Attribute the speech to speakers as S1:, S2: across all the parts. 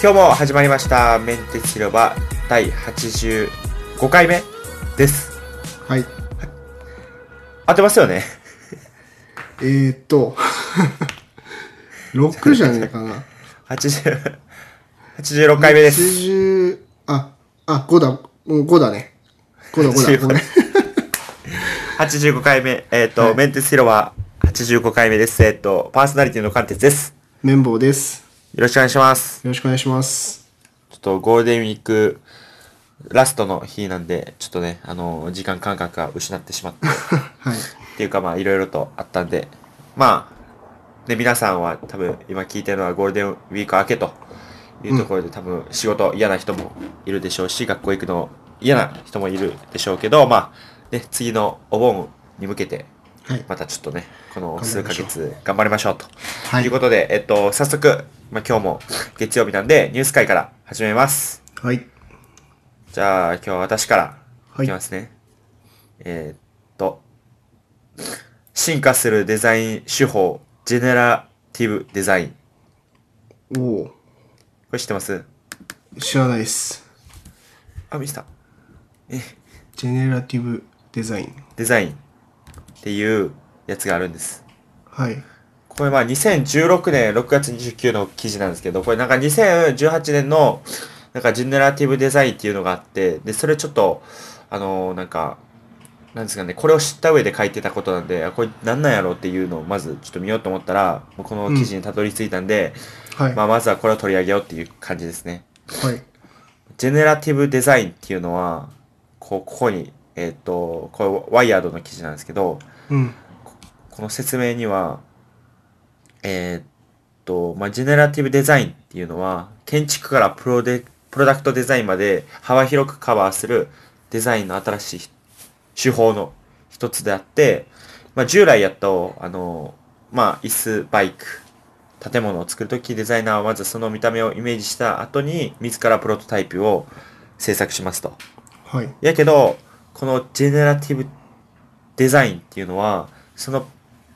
S1: 今日も始まりました。メンテ広場第85回目です。
S2: はい。
S1: 合ってますよね
S2: えー、っと、6じゃねえかな。
S1: ?80、86回目です。
S2: 80、あ、あ、5だ、うん5だね。5だ、5だ、ごめん。
S1: 85回目、えっ、と、メンテ広場85回目です。えっ、と、パーソナリティの関鉄です。
S2: 綿棒です。
S1: よろしくお願いします。
S2: よろしくお願いします。
S1: ちょっとゴールデンウィークラストの日なんで、ちょっとね、あの、時間感覚が失ってしまって。
S2: は
S1: っ
S2: い。
S1: ていうかまあいろいろとあったんでまあね皆さんは多分今聞いてるのはゴールデンウィーク明けというところで、多分仕事嫌な人もいるでしょうし学校行くの嫌な人もいるでしょうけどまあね次のお盆に向けて
S2: はい。
S1: またちょっとねこの
S2: 頑張
S1: 数
S2: りま
S1: ヶ
S2: しょう
S1: 月頑張りましょうと
S2: はいい。
S1: うことで、えっと早速、まあ、今日も月曜日なんでニュース会から始めます
S2: はい。
S1: じゃあ今日は私から
S2: はい
S1: いきますね。えーっと、進化するデザイン手法、ジェネラティブデザイン。こ
S2: おお
S1: れ知ってます
S2: 知らないです。
S1: あ、見せた。
S2: ジェネラティブデザイン。
S1: デザインっていうやつがあるんです。
S2: はい。
S1: これまあ2016年6月29の記事なんですけど、これなんか2018年のなんかジェネラティブデザインっていうのがあって、で、それちょっと、あのーなんか、なんですかね、これを知った上で書いてたことなんで、あこれなんなんやろうっていうのをまずちょっと見ようと思ったら、もうこの記事にたどり着いたんで、
S2: はい。
S1: ま
S2: は
S1: あまずはこれを取り上げようっていう感じですね。
S2: い。
S1: ジェネラティブデザインっていうのは、こう、ここに、えーっと、これワイヤードの記事なんですけど、
S2: うん。
S1: この説明には、えーっと、まあ、ジェネラティブデザインっていうのは、建築からプロデプロダクトデザインまで幅広くカバーするデザインの新しい手法の一つであって、まあ、従来やと、あの、まあ、椅子、バイク、建物を作るとき、デザイナーはまずその見た目をイメージした後に、自らプロトタイプを制作しますと。
S2: はい。
S1: やけど、このジェネラティブデザインっていうのは、その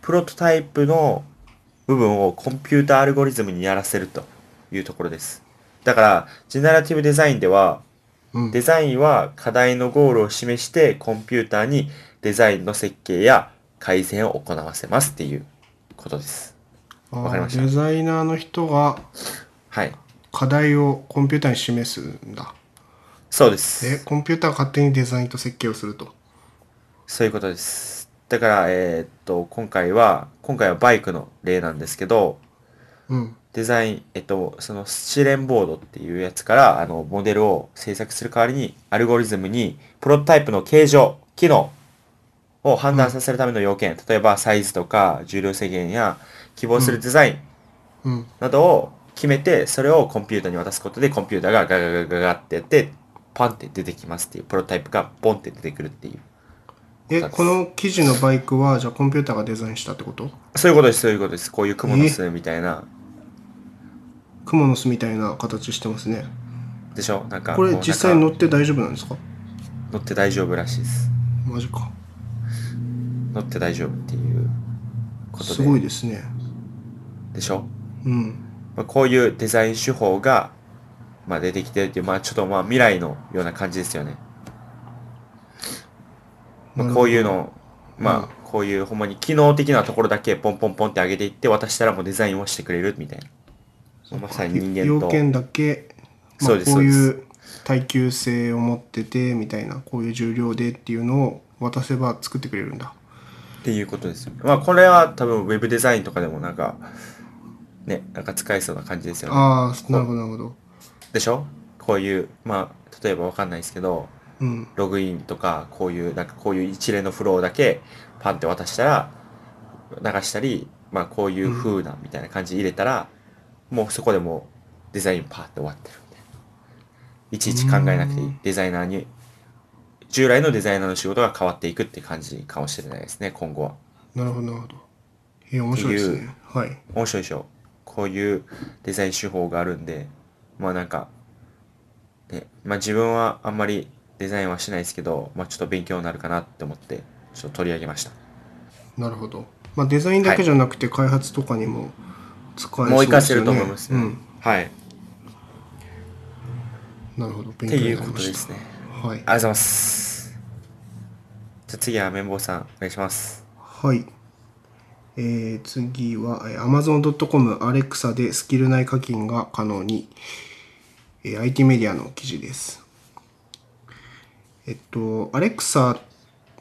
S1: プロトタイプの部分をコンピュータアルゴリズムにやらせるというところです。だから、ジェネラティブデザインでは、
S2: うん。
S1: デザインは課題のゴールを示して、コンピューターにデザインの設計や改善を行わせますっていうことです。
S2: あー
S1: わかりました
S2: デザイナーの人が
S1: はい。
S2: 課題をコンピューターに示すんだ。
S1: そうです。
S2: で、コンピューターが勝手にデザインと設計をすると。
S1: そういうことです。だから、えーっと、今回は、今回はバイクの例なんですけど、
S2: うん。
S1: デザイン、えっと、そのスチレンボードっていうやつから、あの、モデルを制作する代わりに、アルゴリズムに、プロトタイプの形状、機能を判断させるための要件、例えばサイズとか、重量制限や、希望するデザイン
S2: うん。
S1: などを決めて、それをコンピューターに渡すことで、コンピューターがガガガガガってやって、パンって出てきますっていう、プロトタイプがボンって出てくるっていう。
S2: え、
S1: 二つ
S2: この記事のバイクは、じゃあコンピューターがデザインしたってこと
S1: そういうことです、そういうことです。こういう雲の巣みたいな、
S2: クモの巣みたいな形してますね。
S1: でしょなんか、
S2: これ
S1: う
S2: 実際
S1: なん
S2: 乗
S1: か
S2: って大丈夫なんですか
S1: 乗って大丈夫らしいです。
S2: マジか。
S1: 乗って大丈夫っていうことです
S2: ごいですね。
S1: でしょ、
S2: うん。
S1: まあ、こういうデザイン手法が、まあ、出てきてるっていう、まあ、ちょっとまあ未来のような感じですよね、ま
S2: な
S1: あ、
S2: るほど
S1: こういうのまあこういうほんまに機能的なところだけポンポンポンって上げていって渡したらもうデザインをしてくれるみたいなまあまさに人間と
S2: 要件だけ、ま
S1: そう
S2: あ、
S1: です
S2: こ
S1: そ
S2: ういうう耐久性を持っててみたいなこういう重量でっていうのを渡せば作ってくれるんだ
S1: っていうことですよ、まあこれは多分ウェブデザインとかでもなんかねなんか使えそうな感じですよね
S2: ああなるほどなるほど
S1: でしょこういうまあ例えばわかんないですけど
S2: うん
S1: ログインとか、こういう、なんかこういう一連のフローだけ、パンって渡したら、流したり、まあこういう風な、みたいな感じ入れたら、もうそこでもうデザインパーって終わってるみたいな。いちいち考えなくていうい
S2: ん。
S1: デザイナーに、従来のデザイナーの仕事が変わっていくって感じかもしれないですね、今後は。
S2: なるほどなるほどへえ面白いです
S1: ってい
S2: ねはい
S1: 面白いでしょこういうデザイン手法があるんでまあなんか、ねまあ、自分はあんまりデザインはしないですけど、まあ、ちょっと勉強になるかなって思ってちょっと取り上げました
S2: なるほど、まあ、デザインだけじゃなくて開発とかにも使えそうですよね
S1: もう活かせると思いますね、
S2: うん、
S1: はい
S2: なるほど。勉
S1: て
S2: 強
S1: い
S2: に
S1: う
S2: な
S1: こ
S2: り
S1: と
S2: ま
S1: で
S2: し
S1: す
S2: た。
S1: ね。
S2: はい。
S1: ありがとうございます。じゃあ次は綿棒さん、お願いします。
S2: はい。えー次は、えー Amazon.com Alexa でスキル内課金が可能に、えー IT メディアの記事です。えっと、Alexa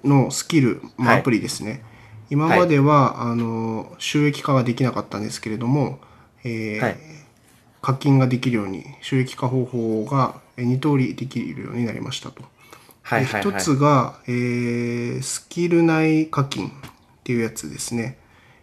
S2: のスキル、まあ
S1: はい
S2: アプリですね。今までは、あの収益化ができなかったんですけれども、えー
S1: はい。
S2: 課金ができるように収益化方法が2通りできるようになりましたと。
S1: はい
S2: で
S1: はい
S2: 一
S1: はい。
S2: つが、えースキル内課金っていうやつですね。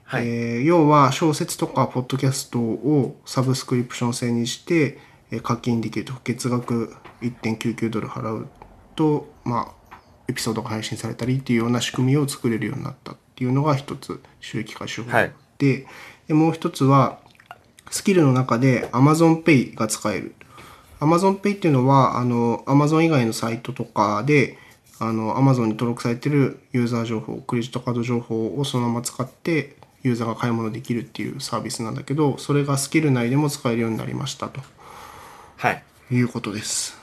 S1: はい
S2: えー要は小説とかポッドキャストをサブスクリプション制にしてえー課金できると月額1.99ドル払うと、まあ、エピソードが配信されたりっていうような仕組みを作れるようになったっていうのが一つ収益化手法、
S1: はい
S2: ででもう一つはスキルの中で AmazonPay が使える AmazonPay っていうのはあの Amazon 以外のサイトとかであの Amazon に登録されてるユーザー情報クレジットカード情報をそのまま使ってユーザーが買い物できるっていうサービスなんだけどそれがスキル内でも使えるようになりましたと
S1: はい。
S2: いうことです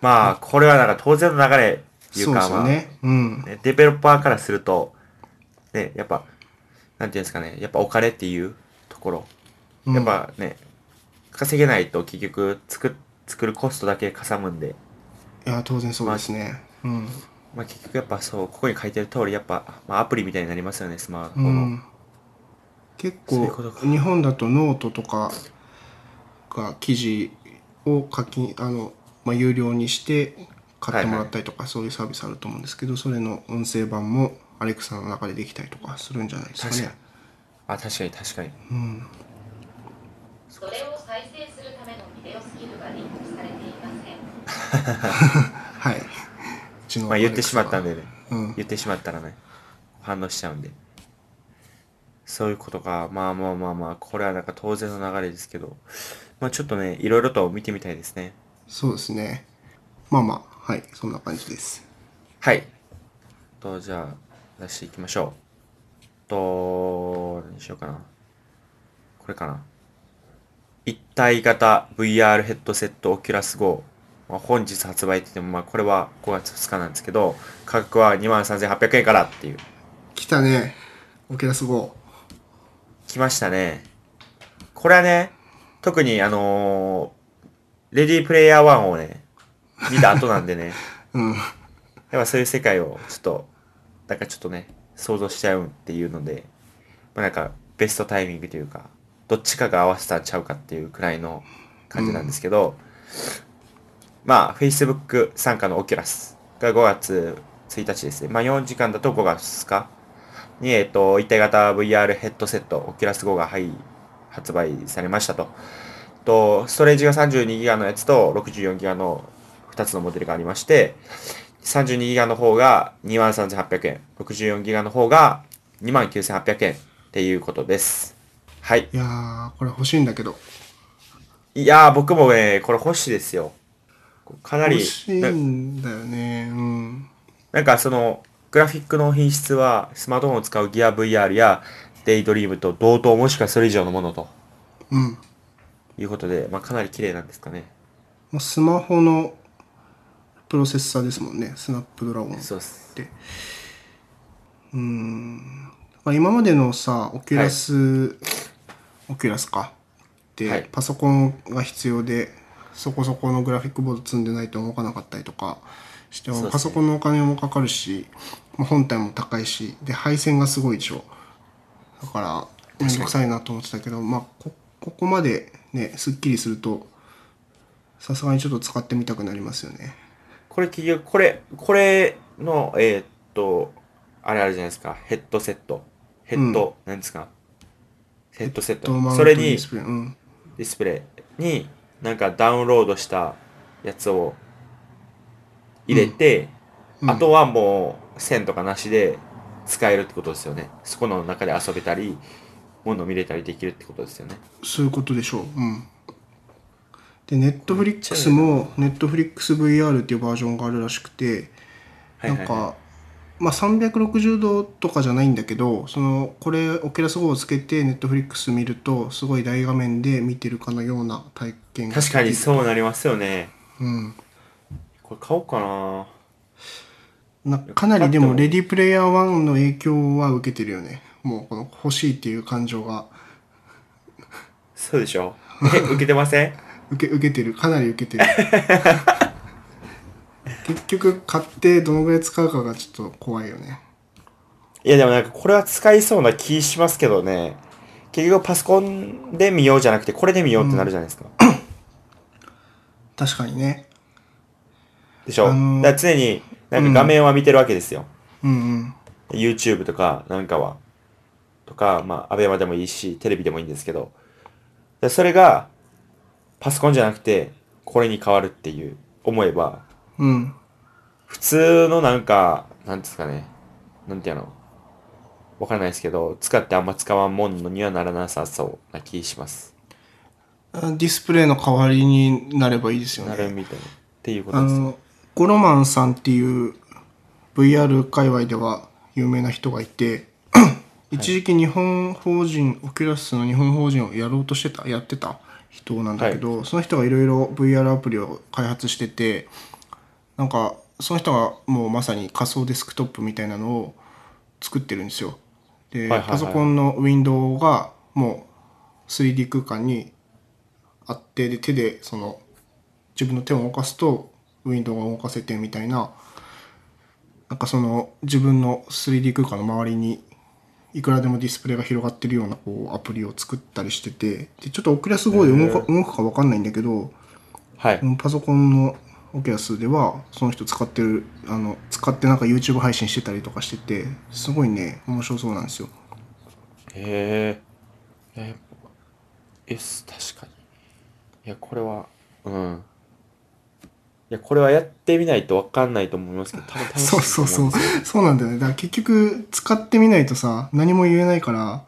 S1: まあ、これはなんか当然の流れっていう
S2: そうで
S1: か、
S2: すよ
S1: まあ、
S2: ねうん
S1: ねデベロッパーからすると、ね、やっぱ、なんていうんですかね、やっぱお金っていうところ、
S2: うん
S1: やっぱね、稼げないと結局作、作るコストだけかさむんで、
S2: いや当然そうですね、うん
S1: まあ結局やっぱそう、ここに書いてる通り、やっぱ、まあアプリみたいになりますよね、スマホ
S2: う
S1: の。
S2: ん、結
S1: そうい
S2: 構
S1: うことか
S2: 日本だとノートとかが記事を課金あの、まあ、有料にして買ってもらったりとか、そういうサービスあると思うんですけどそれの音声版もアレクサの中でできたりとかするんじゃないですかね
S1: 確かあ、確かに確かに。
S3: それを再生するためのビデオスキルがリンクされていません。
S2: はいうちの
S1: まあ言ってしまったん
S2: で
S1: でね、
S2: うん
S1: 言ってしまったらね、反応しちゃうんで。そういうことか。まあまあまあまあ、これはなんか当然の流れですけど、まあちょっとね、いろいろと見てみたいですね。
S2: そうですねまあまあはいそんな感じです
S1: はい。と、じゃあ、出していきましょう。と、何しようかな。これかな。一体型 VR ヘッドセット Oculus Go。まあ、本日発売って言っても、まあ、これは5月2日なんですけど、価格は23,800円からっていう。
S2: 来たねオケラス号
S1: 来ましたね。これはね、特にあのーレディープレイヤー1をね、見た後なんでね、
S2: うん
S1: やっぱそういう世界をちょっと、なんかちょっとね、想像しちゃうっていうので、まあ、なんかベストタイミングというか、どっちかが合わせたんちゃうかっていうくらいの感じなんですけど、まあ、Facebook 参加のオキュラスが5月1日ですね。まあ、4時間だと5月2日に、えっと、一体型 VR ヘッドセット、オキュラス5が、はい、発売されましたと。と、ストレージが 32GB のやつと 64GB の2つのモデルがありまして、32GB の方が23,800円、64GB の方が29,800円っていうことです。はい。
S2: いやーこれ欲しいんだけど
S1: いやー、僕もね、これ欲しいですよ。かなり、
S2: 欲しいんだよねうん
S1: なんかそのグラフィックの品質はスマートフォンを使うギア VR やデイドリームと同等もしくはそれ以上のものと
S2: うん
S1: いうことで、まあ、かなり綺麗なんですかね。
S2: まあスマホのプロセッサーですもんね、スナップドラゴンっ
S1: そうっす。
S2: て。うーん。まあ、今までのさ、オキュラス、オキュラスか。で、
S1: はい
S2: パソコンが必要で、そこそこのグラフィックボード積んでないと動かなかったりとかして、
S1: そうですね
S2: パソコンのお金もかかるし、まあ、本体も高いし、で、配線がすごいでしょ。だから、めんどくさいなと思ってたけど、まあ、こ、ここまでね、すっきりすると、さすがにちょっと使ってみたくなりますよね。
S1: これ企業、これ、これの、えーっと、あれあるじゃないですか、ヘッドセット。ヘッド、なんですかヘッドセット。
S2: マウン
S1: そ
S2: ト
S1: れ
S2: デ
S1: に
S2: ィスプレイうん。
S1: ディスプレイになんかダウンロードしたやつを入れて、
S2: うん
S1: あとはもう線とかなしで使えるってことですよね。そこの中で遊べたり、もの見れたりできるってことですよね。
S2: そういうことでしょう。うん。で、ネットフリックスも、ネットフリックス VR っていうバージョンがあるらしくて、
S1: はいはい、
S2: なん
S1: は
S2: か、まあ、360度とかじゃないんだけどそのこれオキュラス GO をつけてネットフリックス見るとすごい大画面で見てるかのような体験
S1: い。
S2: が
S1: 確かに
S2: う
S1: そうなりますよね。
S2: うん、
S1: これ買おうかな
S2: なかなりでも「レディープレイヤー1」の影響は受けてるよねもうこの欲しいっていう感情が
S1: そうでしょ え受けてません
S2: 受け受けてるかなり 受けてる結局買ってどのぐらい使うかがちょっと怖いよね
S1: いやでもなんかこれは使いそうな気しますけどね結局パソコンで見ようじゃなくてこれで見ようってなるじゃないですか、
S2: 確かにね
S1: でしょ、
S2: あのー
S1: だから常になんか画面は見てるわけですよ、
S2: うんうん
S1: YouTube とかなんかはとかまあ ABEMA でもいいしテレビでもいいんですけどでそれがパソコンじゃなくてこれに変わるっていう思えば
S2: うん
S1: 普通のなんかなんですかねなんていうのわからないですけど使ってあんま使わんもんのにはならなさそうな気します
S2: ディスプレイの代わりになればいいですよ
S1: な
S2: ね
S1: るみたいなっていうこ
S2: あ
S1: とです
S2: のゴロマンさんっていう VR 界隈では有名な人がいて一時期日本法人、オキュラスの日本法人をやろうとしてたやってた人なんだけど、その人がいろいろ VR アプリを開発しててなんかその人がもうまさに仮想デスクトップみたいなのを作ってるんですよで、
S1: はいはいはい
S2: パソコンのウィンドウがもう 3D 空間にあってで手でその自分の手を動かすとウィンドウが動かせてみたいななんかその自分の 3D 空間の周りにいくらでもディスプレイが広がってるようなこうアプリを作ったりしててでちょっとオキュラス GO で動か動くか分かんないんだけど
S1: はい
S2: うんパソコンのオキュラスではその人使ってるあの使ってなんか YouTube 配信してたりとかしててすごいね面白そうなんですよ
S1: へええ S 確かにいやこれはうんいやこれはやってみないとわかんないと思いますけど多分楽しいと
S2: そう
S1: 思
S2: そうそう
S1: ですよ
S2: そうなんだよねだから結局使ってみないとさ何も言えないから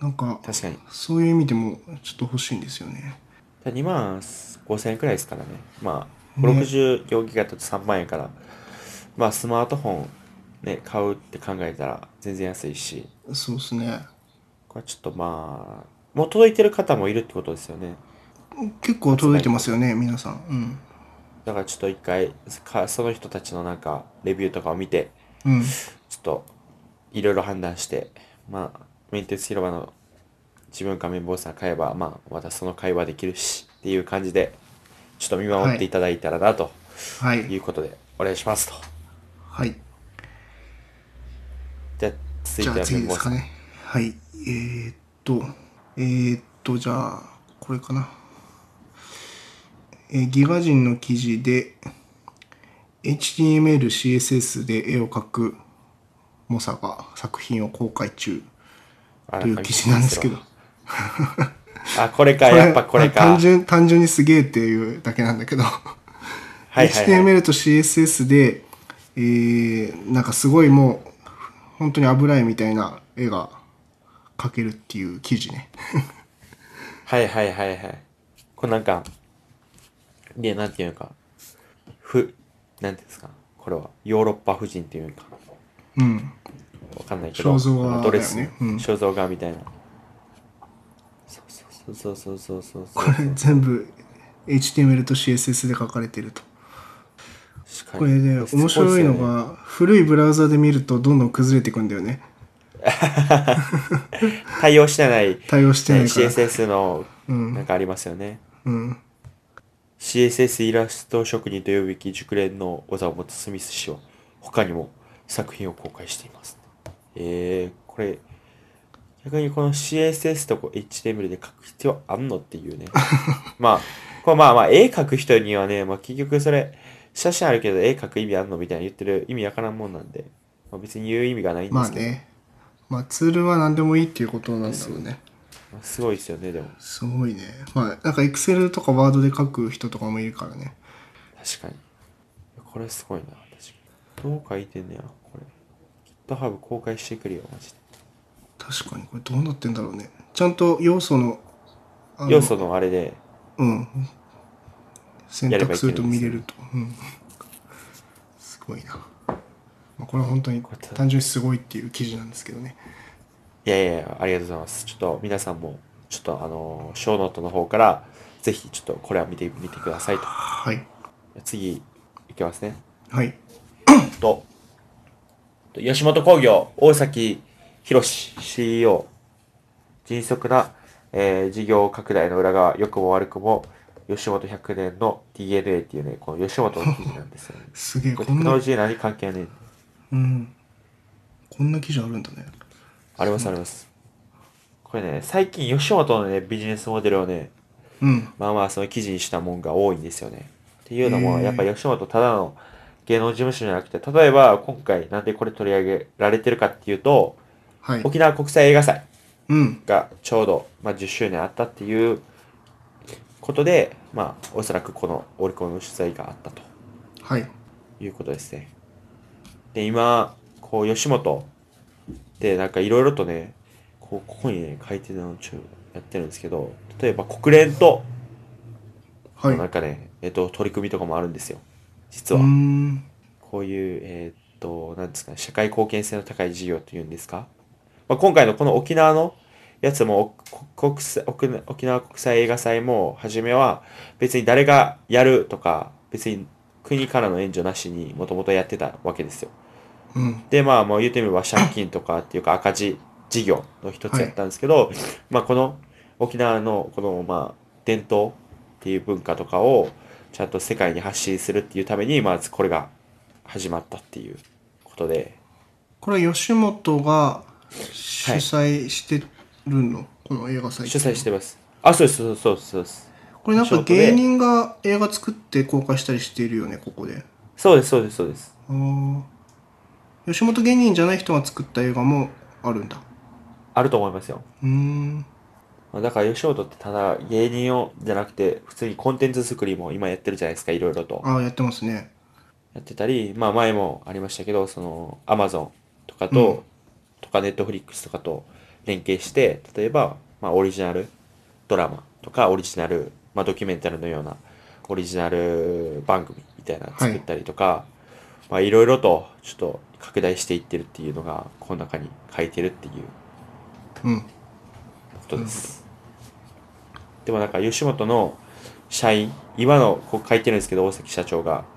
S2: なんか
S1: 確かに
S2: そういう意味でもちょっと欲しいんですよね
S1: 2万5000円くらいですからね。まあ、
S2: ね
S1: 64ギガだと3万円から、まあ、スマートフォン、ね、買うって考えたら全然安いし、
S2: そうですね
S1: これはちょっとまあ、もう届いてる方もいるってことですよね。
S2: 結構届いてますよね皆さん
S1: だからちょっと一回か、その人たちのなんか、レビューとかを見て、
S2: うんうん
S1: ちょっと、いろいろ判断して、まあ、メンテス広場の自分か綿棒さん買えば、まあ、またその会話できるし、っていう感じで、ちょっと見守っていただいたらな、と
S2: はいいう
S1: ことで、お願いしますと。
S2: はい
S1: じゃあ、続
S2: じ
S1: い
S2: ゃ
S1: て
S2: あ
S1: は
S2: 次
S1: 綿
S2: で
S1: 棒
S2: す
S1: さ
S2: か
S1: ん。
S2: ねはいえー、っとえー、っとじゃあこれかな、えーギガ人の記事で HTMLCSS で絵を描く猛者が作品を公開中
S1: あ
S2: という記事なんですけど。
S1: あ、これか、やっぱこれ か。
S2: 単純単純にすげえっていうだけなんだけど
S1: はいはいはい。
S2: HTML と CSS で、えーなんかすごいもう本当に油絵みたいな絵が描けるっていう記事ね
S1: はいはいはいはい。こうなんか、いや、なんていうのか、ふ、なんていうんですか、これは、ヨーロッパ夫人っていうか、
S2: うん
S1: わかんないけど、
S2: 肖像画
S1: あのドレス、
S2: だよねうん
S1: 肖像画みたいな。そうそうそうそうそうそうそう。
S2: これ全部 HTML と CSS で書かれてると
S1: 確かに
S2: これね面白いの。が古いブラウザで見るとどんどん崩れていくんだよね
S1: 対応してない、
S2: 対応してないから、
S1: CSS の、
S2: うん
S1: なんかありますよね。
S2: うん、
S1: CSS イラスト職人と呼ぶべき熟練の技を持つスミス氏は他にも作品を公開しています。えー、これ逆にこの CSS とこう HTML で書く必要あんのって いうね。まあ、これまあまあ絵描く人にはね、まあ結局それ写真あるけど絵描く意味あんのみたいな言ってる意味わからんもんなんで、まあ、別に言う意味がないんで
S2: ますあ
S1: けど、
S2: ねまあツールは何でもいいっていうことなんだろうね
S1: まあすごいですよね、でも。
S2: すごいねまあなんか Excel とか Word で書く人とかもいるからね
S1: 確かに。これすごいな、確かに。どう書いてんねや、これ。GitHub 公開してくるよ、マジで。
S2: 確かにこれどうなってんだろうねちゃんと要素のあの
S1: 要素のあれで、
S2: うん選
S1: やれば
S2: 択
S1: い
S2: す
S1: ける
S2: る
S1: んですよ
S2: と見れるとうんすごいな、まあ、これは本当に
S1: れた
S2: 単純にすごいっていう記事なんですけどね
S1: いやいやいや、ありがとうございます。ちょっと皆さんも、ちょっとあのー、ショーノートの方から、ぜひちょっとこれは見てみてくださいと。
S2: はい。
S1: 次、いきますね。
S2: はい。。
S1: と、吉本興業、大崎博史 CEO、迅速な、えー事業拡大の裏側、良くも悪くも、吉本100年の DNA っていうね、この吉本の記事なんですよね
S2: すげえ、
S1: これ
S2: こ
S1: テク
S2: ん
S1: ノ
S2: な
S1: ロ、ジー何関係ねえ
S2: うん。こんな記事あるんだね。
S1: ありますあります。これね、最近吉本のね、ビジネスモデルをね、
S2: うん。
S1: まあまあその記事にしたもんが多いんですよね。っていうのも、
S2: へー
S1: やっぱ吉本ただの芸能事務所じゃなくて、例えば今回なんでこれ取り上げられてるかっていうと、
S2: はい。
S1: 沖縄国際映画祭
S2: うん。
S1: がちょうど、まあ、10周年あったっていうことで、まあ、おそらくこのオリコンの取材があったと
S2: はい。
S1: いうことですね。で、今、こう、吉本で、なんかいろいろとね、こう、ここにね、書いてるのをちょやってるんですけど、例えば国連と、
S2: はい。
S1: なんかね、えっと、取り組みとかもあるんですよ。実
S2: うー
S1: は。
S2: ん。
S1: こういう、えーっと、なんですかね、社会貢献性の高い事業というんですか。まあ、今回のこの沖縄のやつも、お国際沖縄沖縄国際映画祭も、初めは別に誰がやるとか、別に国からの援助なしにもともとやってたわけですよ。
S2: うん。
S1: で、まあ、もう言うてみれば借金とかっていうか赤字事業の一つやったんですけど、まあ、この沖縄のこの、まあ、伝統っていう文化とかをちゃんと世界に発信するっていうために、まずこれが始まったっていうことで、
S2: これは吉本が主催してるの、この映画祭。
S1: 主催してます。あ、そうです、そうですそうです、そうです。
S2: これなん
S1: 吉
S2: か
S1: 本で
S2: 芸人が映画作って公開したりしているよね、ここで。
S1: そうです、そうです、そうです。
S2: あー吉本芸人じゃない人が作った映画もあるんだ。
S1: あると思いますよ。
S2: うーん。
S1: まあだから吉本ってただ芸人をじゃなくて普通にコンテンツ作りも今やってるじゃないですかいろいろと。
S2: ああ、やってますね。
S1: やってたり、まあ前もありましたけど、その、アマゾンとかと、
S2: うん
S1: とかネットフリックスとかと連携して、例えば、まあオリジナルドラマとか、オリジナル、まあドキュメンタルのような、オリジナル番組みたいなの作ったりとか、まあいろいろと、ちょっと拡大していってるっていうのが、この中に書いてるっていう
S2: うん。
S1: ことです。でもなんか吉本の社員、今のこう書いてるんですけど、大崎社長が、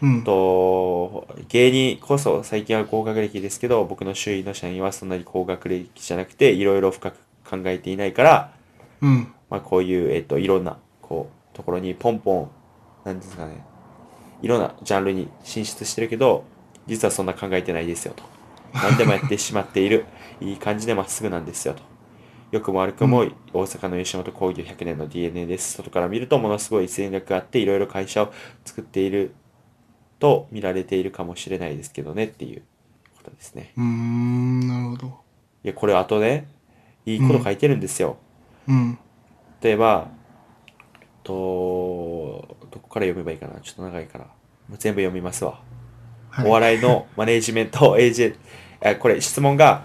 S2: うん。
S1: と芸人こそ最近は高学歴ですけど僕の周囲の社員はそんなに高学歴じゃなくていろいろ深く考えていないから、
S2: うん。
S1: まあ、こういう、えっといろんなこうところにポンポンなんですかねいろんなジャンルに進出してるけど実はそんな考えてないですよと何でもやってしまっているいい感じでまっすぐなんですよとよくも悪くも大阪の吉本興業100年の DNA です外から見るとものすごい戦略があっていろいろ会社を作っていると見られているかもしれないですけどねっていうことですね
S2: うーん。なるほど。
S1: いやこれあとねいいこと書いてるんですよ、
S2: うん。
S1: 例えば、えっと、どこから読めばいいかなちょっと長いから。もう全部読みますわ。
S2: はい。
S1: お笑いのマネージメント、 エージェント、えこれ質問が、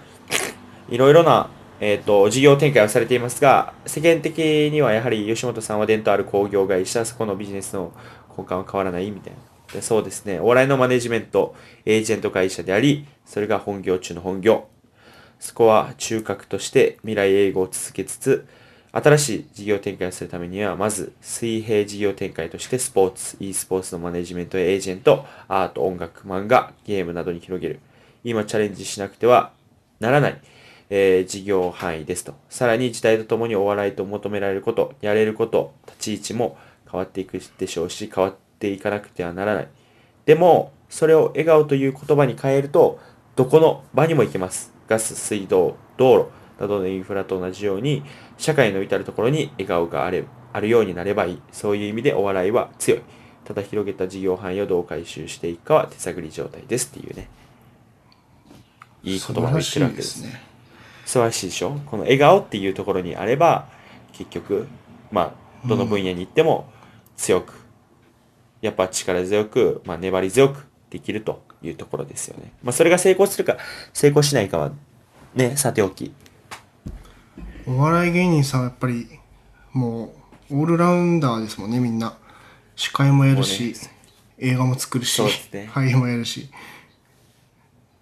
S1: いろいろな、えっと、事業展開をされていますが、世間的にはやはり吉本さんは伝統ある工業会社、そこのビジネスの根幹は変わらないみたいな。でそうですね。お笑いのマネージメント、エージェント会社であり、それが本業中の本業。そこは中核として未来永劫を続けつつ、新しい事業展開をするためには、まず水平事業展開としてスポーツ、e スポーツのマネジメントやエージェント、アート、音楽、漫画、ゲームなどに広げる。今チャレンジしなくてはならない、えー事業範囲ですと。さらに時代とともにお笑いと求められること、やれること、立ち位置も変わっていくでしょうし、変わっていかなくてはならない。でも、それを笑顔という言葉に変えると、どこの場にも行けます。ガス、水道、道路などのインフラと同じように、社会の至るところに笑顔があれあるようになればいい。そういう意味でお笑いは強い。ただ広げた事業範囲をどう回収していくかは手探り状態ですっていうね。いい言葉を言ってるわけです。
S2: ね。
S1: 素晴らしいでしょこの笑顔っていうところにあれば結局まあどの分野に行っても強く、やっぱ力強く、まあ、粘り強くできるというところですよね。まあそれが成功するか成功しないかはねさておき
S2: お笑い芸人さんはやっぱりもうオールラウンダーですもんねみんな司会もやるし、映画も作るし、
S1: そうですね
S2: 俳優もやるし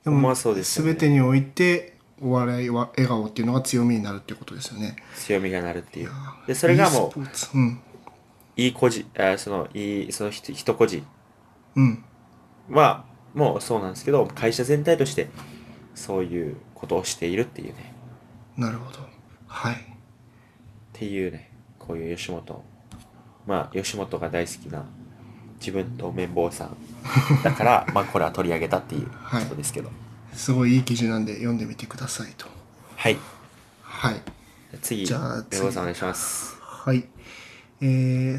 S2: で
S1: まあそうですよね
S2: 全てにおいてお笑いは笑顔っていうのが強みになるっていうことですよね
S1: 強みがなるっていう。でそれがもう
S2: う、e スポーツうん、
S1: いい個人、あーその、いい、その人人個人
S2: うん。
S1: は、もうそうなんですけど、会社全体として、そういうことをしているっていうね。
S2: なるほど。はい。
S1: っていうねこういう吉本まあ吉本が大好きな自分と綿棒さんだ からまあこれは取り上げたっていう
S2: はい
S1: ことですけど
S2: すごいいい記事なんで読んでみてくださいと。
S1: はい、
S2: はい。
S1: 次
S2: じゃあ
S1: 綿棒さんお願いします
S2: はい。え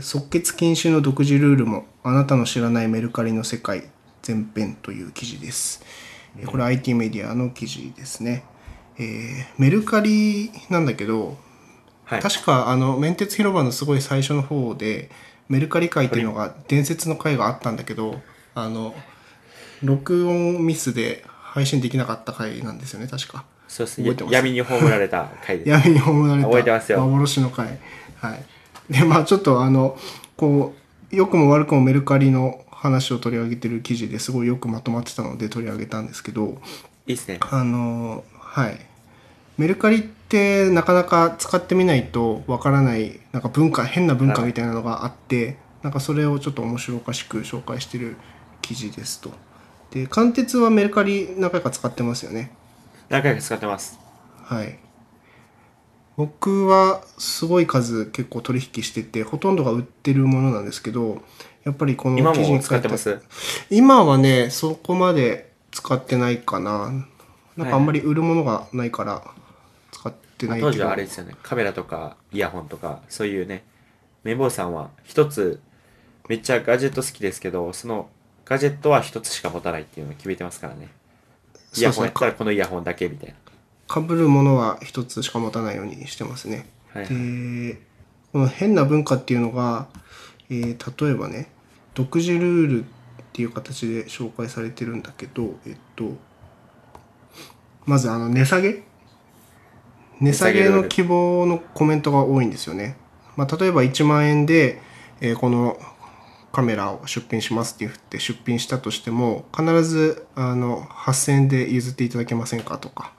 S2: ー即決禁止の独自ルールも、あなたの知らないメルカリの世界全編という記事です。えーこれ IT メディアの記事ですね。えーメルカリなんだけど、
S1: はい
S2: 確かあの、面鉄広場のすごい最初の方で、メルカリ会っていうのが、伝説の会があったんだけど、あの、録音ミスで配信できなかった回なんですよね、確か。
S1: そうです
S2: 覚
S1: ね
S2: えてます
S1: 闇に葬られた回です
S2: 闇に葬られた
S1: 覚えてますよ
S2: 幻の回はいでまあちょっとあのこう良くも悪くもメルカリの話を取り上げてる記事ですごいよくまとまってたので取り上げたんですけど
S1: いいっすね
S2: あのはいメルカリってなかなか使ってみないとわからないなんか文化変な文化みたいなのがあってなんかそれをちょっと面白おかしく紹介してる記事ですとで貫徹はメルカリ何回か使ってますよね
S1: 何回か使ってます
S2: はい。僕はすごい数結構取引してて、ほとんどが売ってるものなんですけど、やっぱりこの
S1: 今
S2: 記事
S1: も
S2: に書
S1: 使
S2: い
S1: ってます
S2: 今はね、そこまで使ってないかな。なん
S1: はい
S2: かあんまり売るものがないから使ってない
S1: 当
S2: け
S1: 時
S2: ど。
S1: はあれですよねカメラとかイヤホンとかそういうね綿棒さんは一つめっちゃガジェット好きですけどそのガジェットは一つしか持たないっていうのを決めてますからねイヤホンやったらこのイヤホンだけみたいな
S2: かぶるものは一つしか持たないようにしてますね。
S1: はいはい
S2: でこの変な文化っていうのが、えー例えばね独自ルールっていう形で紹介されてるんだけどえっとまずあの値下げ値下げの希望のコメントが多いんですよね、まあ、例えば1万円で、えーこのカメラを出品しますって言って出品したとしても必ずあの8000円で譲っていただけませんかとか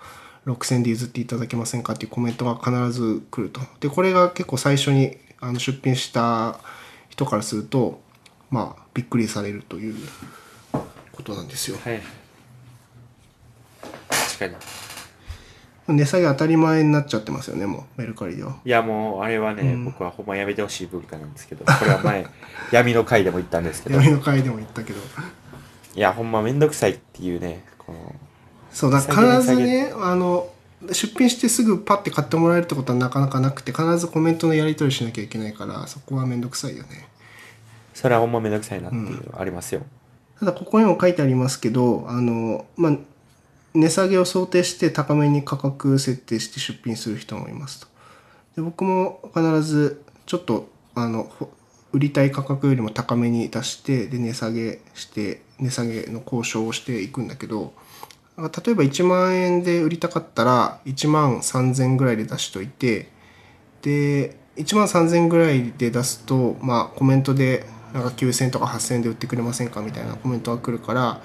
S2: 6000円で譲っていただけませんかっていうコメントが必ず来るとでこれが結構最初にあの出品した人からするとまあびっくりされるということなんですよ
S1: はい。確かに。
S2: 値下げ当たり前になっちゃってますよねもうメルカリ ではい
S1: やもうあれはね、
S2: うん
S1: 僕はほんまやめてほしい文化なんですけど、これは前、 闇の回でも言ったんですけど、い
S2: 闇の会でも言ったけど
S1: やほんまめんどくさいっていうね、この、
S2: そうだ
S1: 下げ
S2: 必ず
S1: 下
S2: ねあの出品してすぐパッて買ってもらえるってことはなかなかなくて必ずコメントのやり取りしなきゃいけないからそこは面倒くさいよね
S1: それはほんまめんどくさいなっていうのありますよ。
S2: ただここにも書いてありますけどあの、まあ、値下げを想定して高めに価格設定して出品する人もいますとで僕も必ずちょっとあのほ売りたい価格よりも高めに出してで値下げして値下げの交渉をしていくんだけど例えば1万円で売りたかったら1万3000ぐらいで出しといてで1万3000ぐらいで出すと、まあ、コメントでなんか9000とか8000円で売ってくれませんかみたいなコメントが来るから、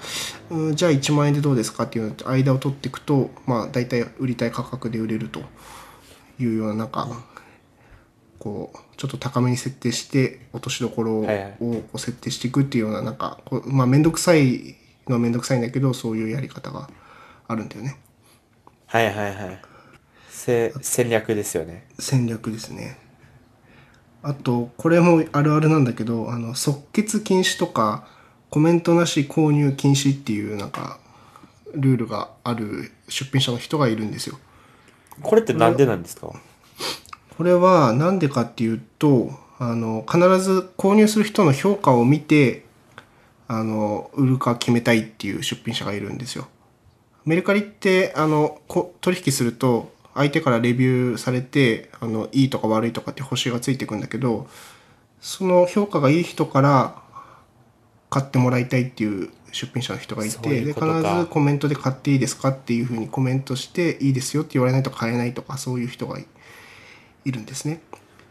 S2: うん、じゃあ1万円でどうですかっていうのと間を取っていくと、まあ、大体売りたい価格で売れるというようななんかこうちょっと高めに設定して落としどころを
S1: はいはい
S2: こう設定していくっていうようななんかこうまあ面倒くさいのは面倒くさいんだけどそういうやり方があるんだよね
S1: はいはいはい。せ戦略ですよね。
S2: 戦略ですねあとこれもあるあるなんだけどあの即決禁止とかコメントなし購入禁止っていうなんかルールがある出品者の人がいるんですよ
S1: これってなんでなんですか
S2: これはなんでかっていうとあの必ず購入する人の評価を見てあの売るか決めたいっていう出品者がいるんですよ。メルカリってあのこ取引すると相手からレビューされてあのいいとか悪いとかって星がついてくんだけどその評価がいい人から買ってもらいたいっていう出品者の人がい
S1: そう
S2: て
S1: い
S2: で
S1: うことか
S2: 必ずコメントで買っていいですかっていうふうにコメントしていいですよって言われないと買えないとかそういう人がいいるんですね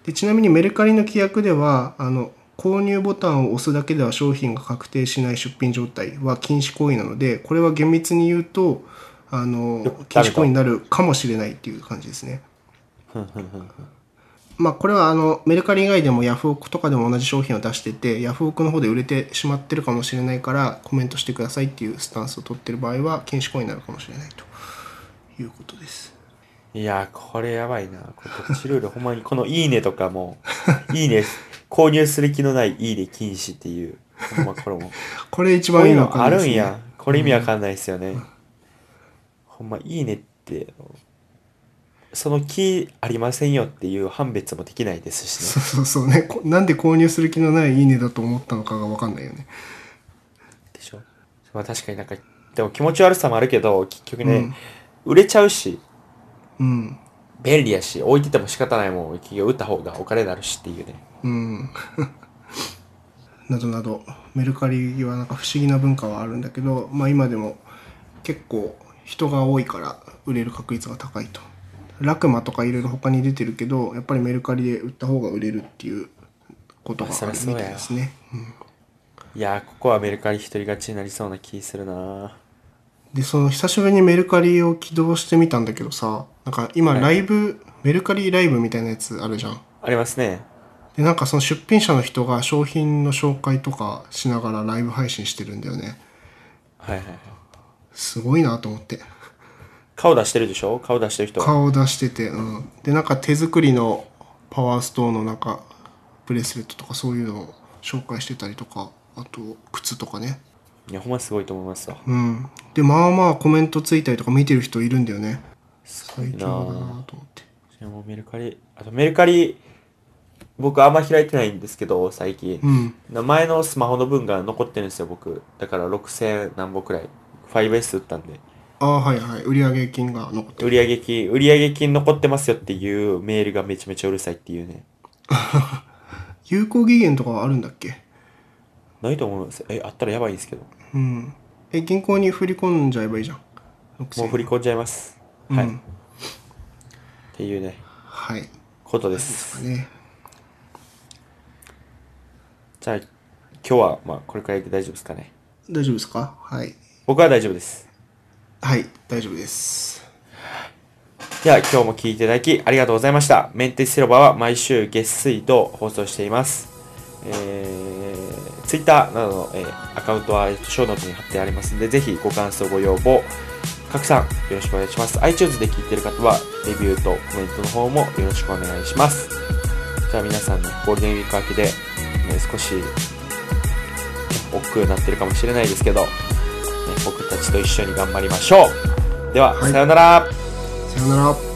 S2: でちなみにメルカリの規約ではあの購入ボタンを押すだけでは商品が確定しない出品状態は禁止行為なのでこれは厳密に言うとあの
S1: よっ
S2: 禁止行為になるかもしれないっていう感じですね
S1: ふんふんふんふん
S2: まあ、これはあのメルカリ以外でもヤフオクとかでも同じ商品を出しててヤフオクの方で売れてしまってるかもしれないからコメントしてくださいっていうスタンスを取ってる場合は禁止行為になるかもしれないということです。
S1: いやー、これやばいな。これこっちルール、ほんまに、このいいねとか も、いいね、購入する気のないいいね禁止っていう。ほんま、これも。
S2: これ一
S1: こう
S2: 番
S1: いう
S2: 意 味わ
S1: の
S2: か
S1: あ
S2: んな
S1: る
S2: いです
S1: ん
S2: ね。
S1: や。これ意味わかんないですよね。ほんま、いいねって、その気ありませんよっていう判別もできないですし
S2: そ
S1: ね。
S2: うそうそうね。こなんで購入する気のないいいねだと思ったのかがわかんないよね。
S1: でしょ。まあ確かになんか、でも気持ち悪さもあるけど、結局
S2: う
S1: ね
S2: ん、
S1: 売れちゃうし、
S2: うん。
S1: 便利やし、置いてても仕方ないもん。企業売った方がお金になるしっていうね。
S2: うん。 などなど、メルカリはなんか不思議な文化はあるんだけど、まあ今でも結構人が多いから売れる確率が高いと。ラクマとかいろいろ他に出てるけど、やっぱりメルカリで売った方が売れるっていうことがあるみたいですね。うん
S1: いやー、ここはメルカリ一人勝ちになりそうな気するな
S2: で、その久しぶりにメルカリを起動してみたんだけどさ、なんか今ライブ、メルカリライブみたいなやつあるじゃん。
S1: ありますね。
S2: でなんかその出品者の人が商品の紹介とかしながらライブ配信してるんだよね
S1: はいはいはい。
S2: すごいなと思って
S1: 顔出してるでしょ顔出してる人は。
S2: 顔を出してて、うん、でなんか手作りのパワーストーンのなんかブレスレットとかそういうのを紹介してたりとかあと靴とかね
S1: いや、ほんますごいと思いますわ。
S2: うんでまあまあコメントついたりとか見てる人いるんだよね
S1: すごい
S2: 最強
S1: な
S2: だな
S1: ぁ。
S2: と思って
S1: でもメルカリ、あとメルカリ、僕あんま開いてないんですけど、最近。
S2: うん
S1: 前のスマホの分が残ってるんですよ、僕。だから6000何本くらい。5S 売ったんで。
S2: ああはいはい売上金が残ってる
S1: 売上金、売上金残ってますよっていうメールがめちゃめちゃうるさいっていうね。
S2: 有効期限とかはあるんだっけ
S1: ないと思います。え、あったらやばいんですけど。も
S2: うんえ銀行に振り込んじゃえばいいじゃん6000
S1: う振り込んじゃいます。
S2: うん
S1: はい。っていうね、
S2: はい
S1: ことです。
S2: ね
S1: じゃあ、今日は、まあ、これくらいで大丈夫ですかね。
S2: 大丈夫ですかはい
S1: 僕は大丈夫です。
S2: はい大丈夫です
S1: では、今日も聞いていただきありがとうございました。メンテス広場は毎週月水と放送しています。えー、Twitter などの、えーアカウントはえーショーノートに貼ってありますので、ぜひご感想、ご要望、拡散よろしくお願いします。iTunes で聞いている方は、レビューとコメントの方もよろしくお願いします。じゃあ皆さんのゴールデンウィーク明けで、ね、少し億劫になってるかもしれないですけど、ね、僕たちと一緒に頑張りましょう。では、
S2: はい
S1: さようなら。
S2: さよなら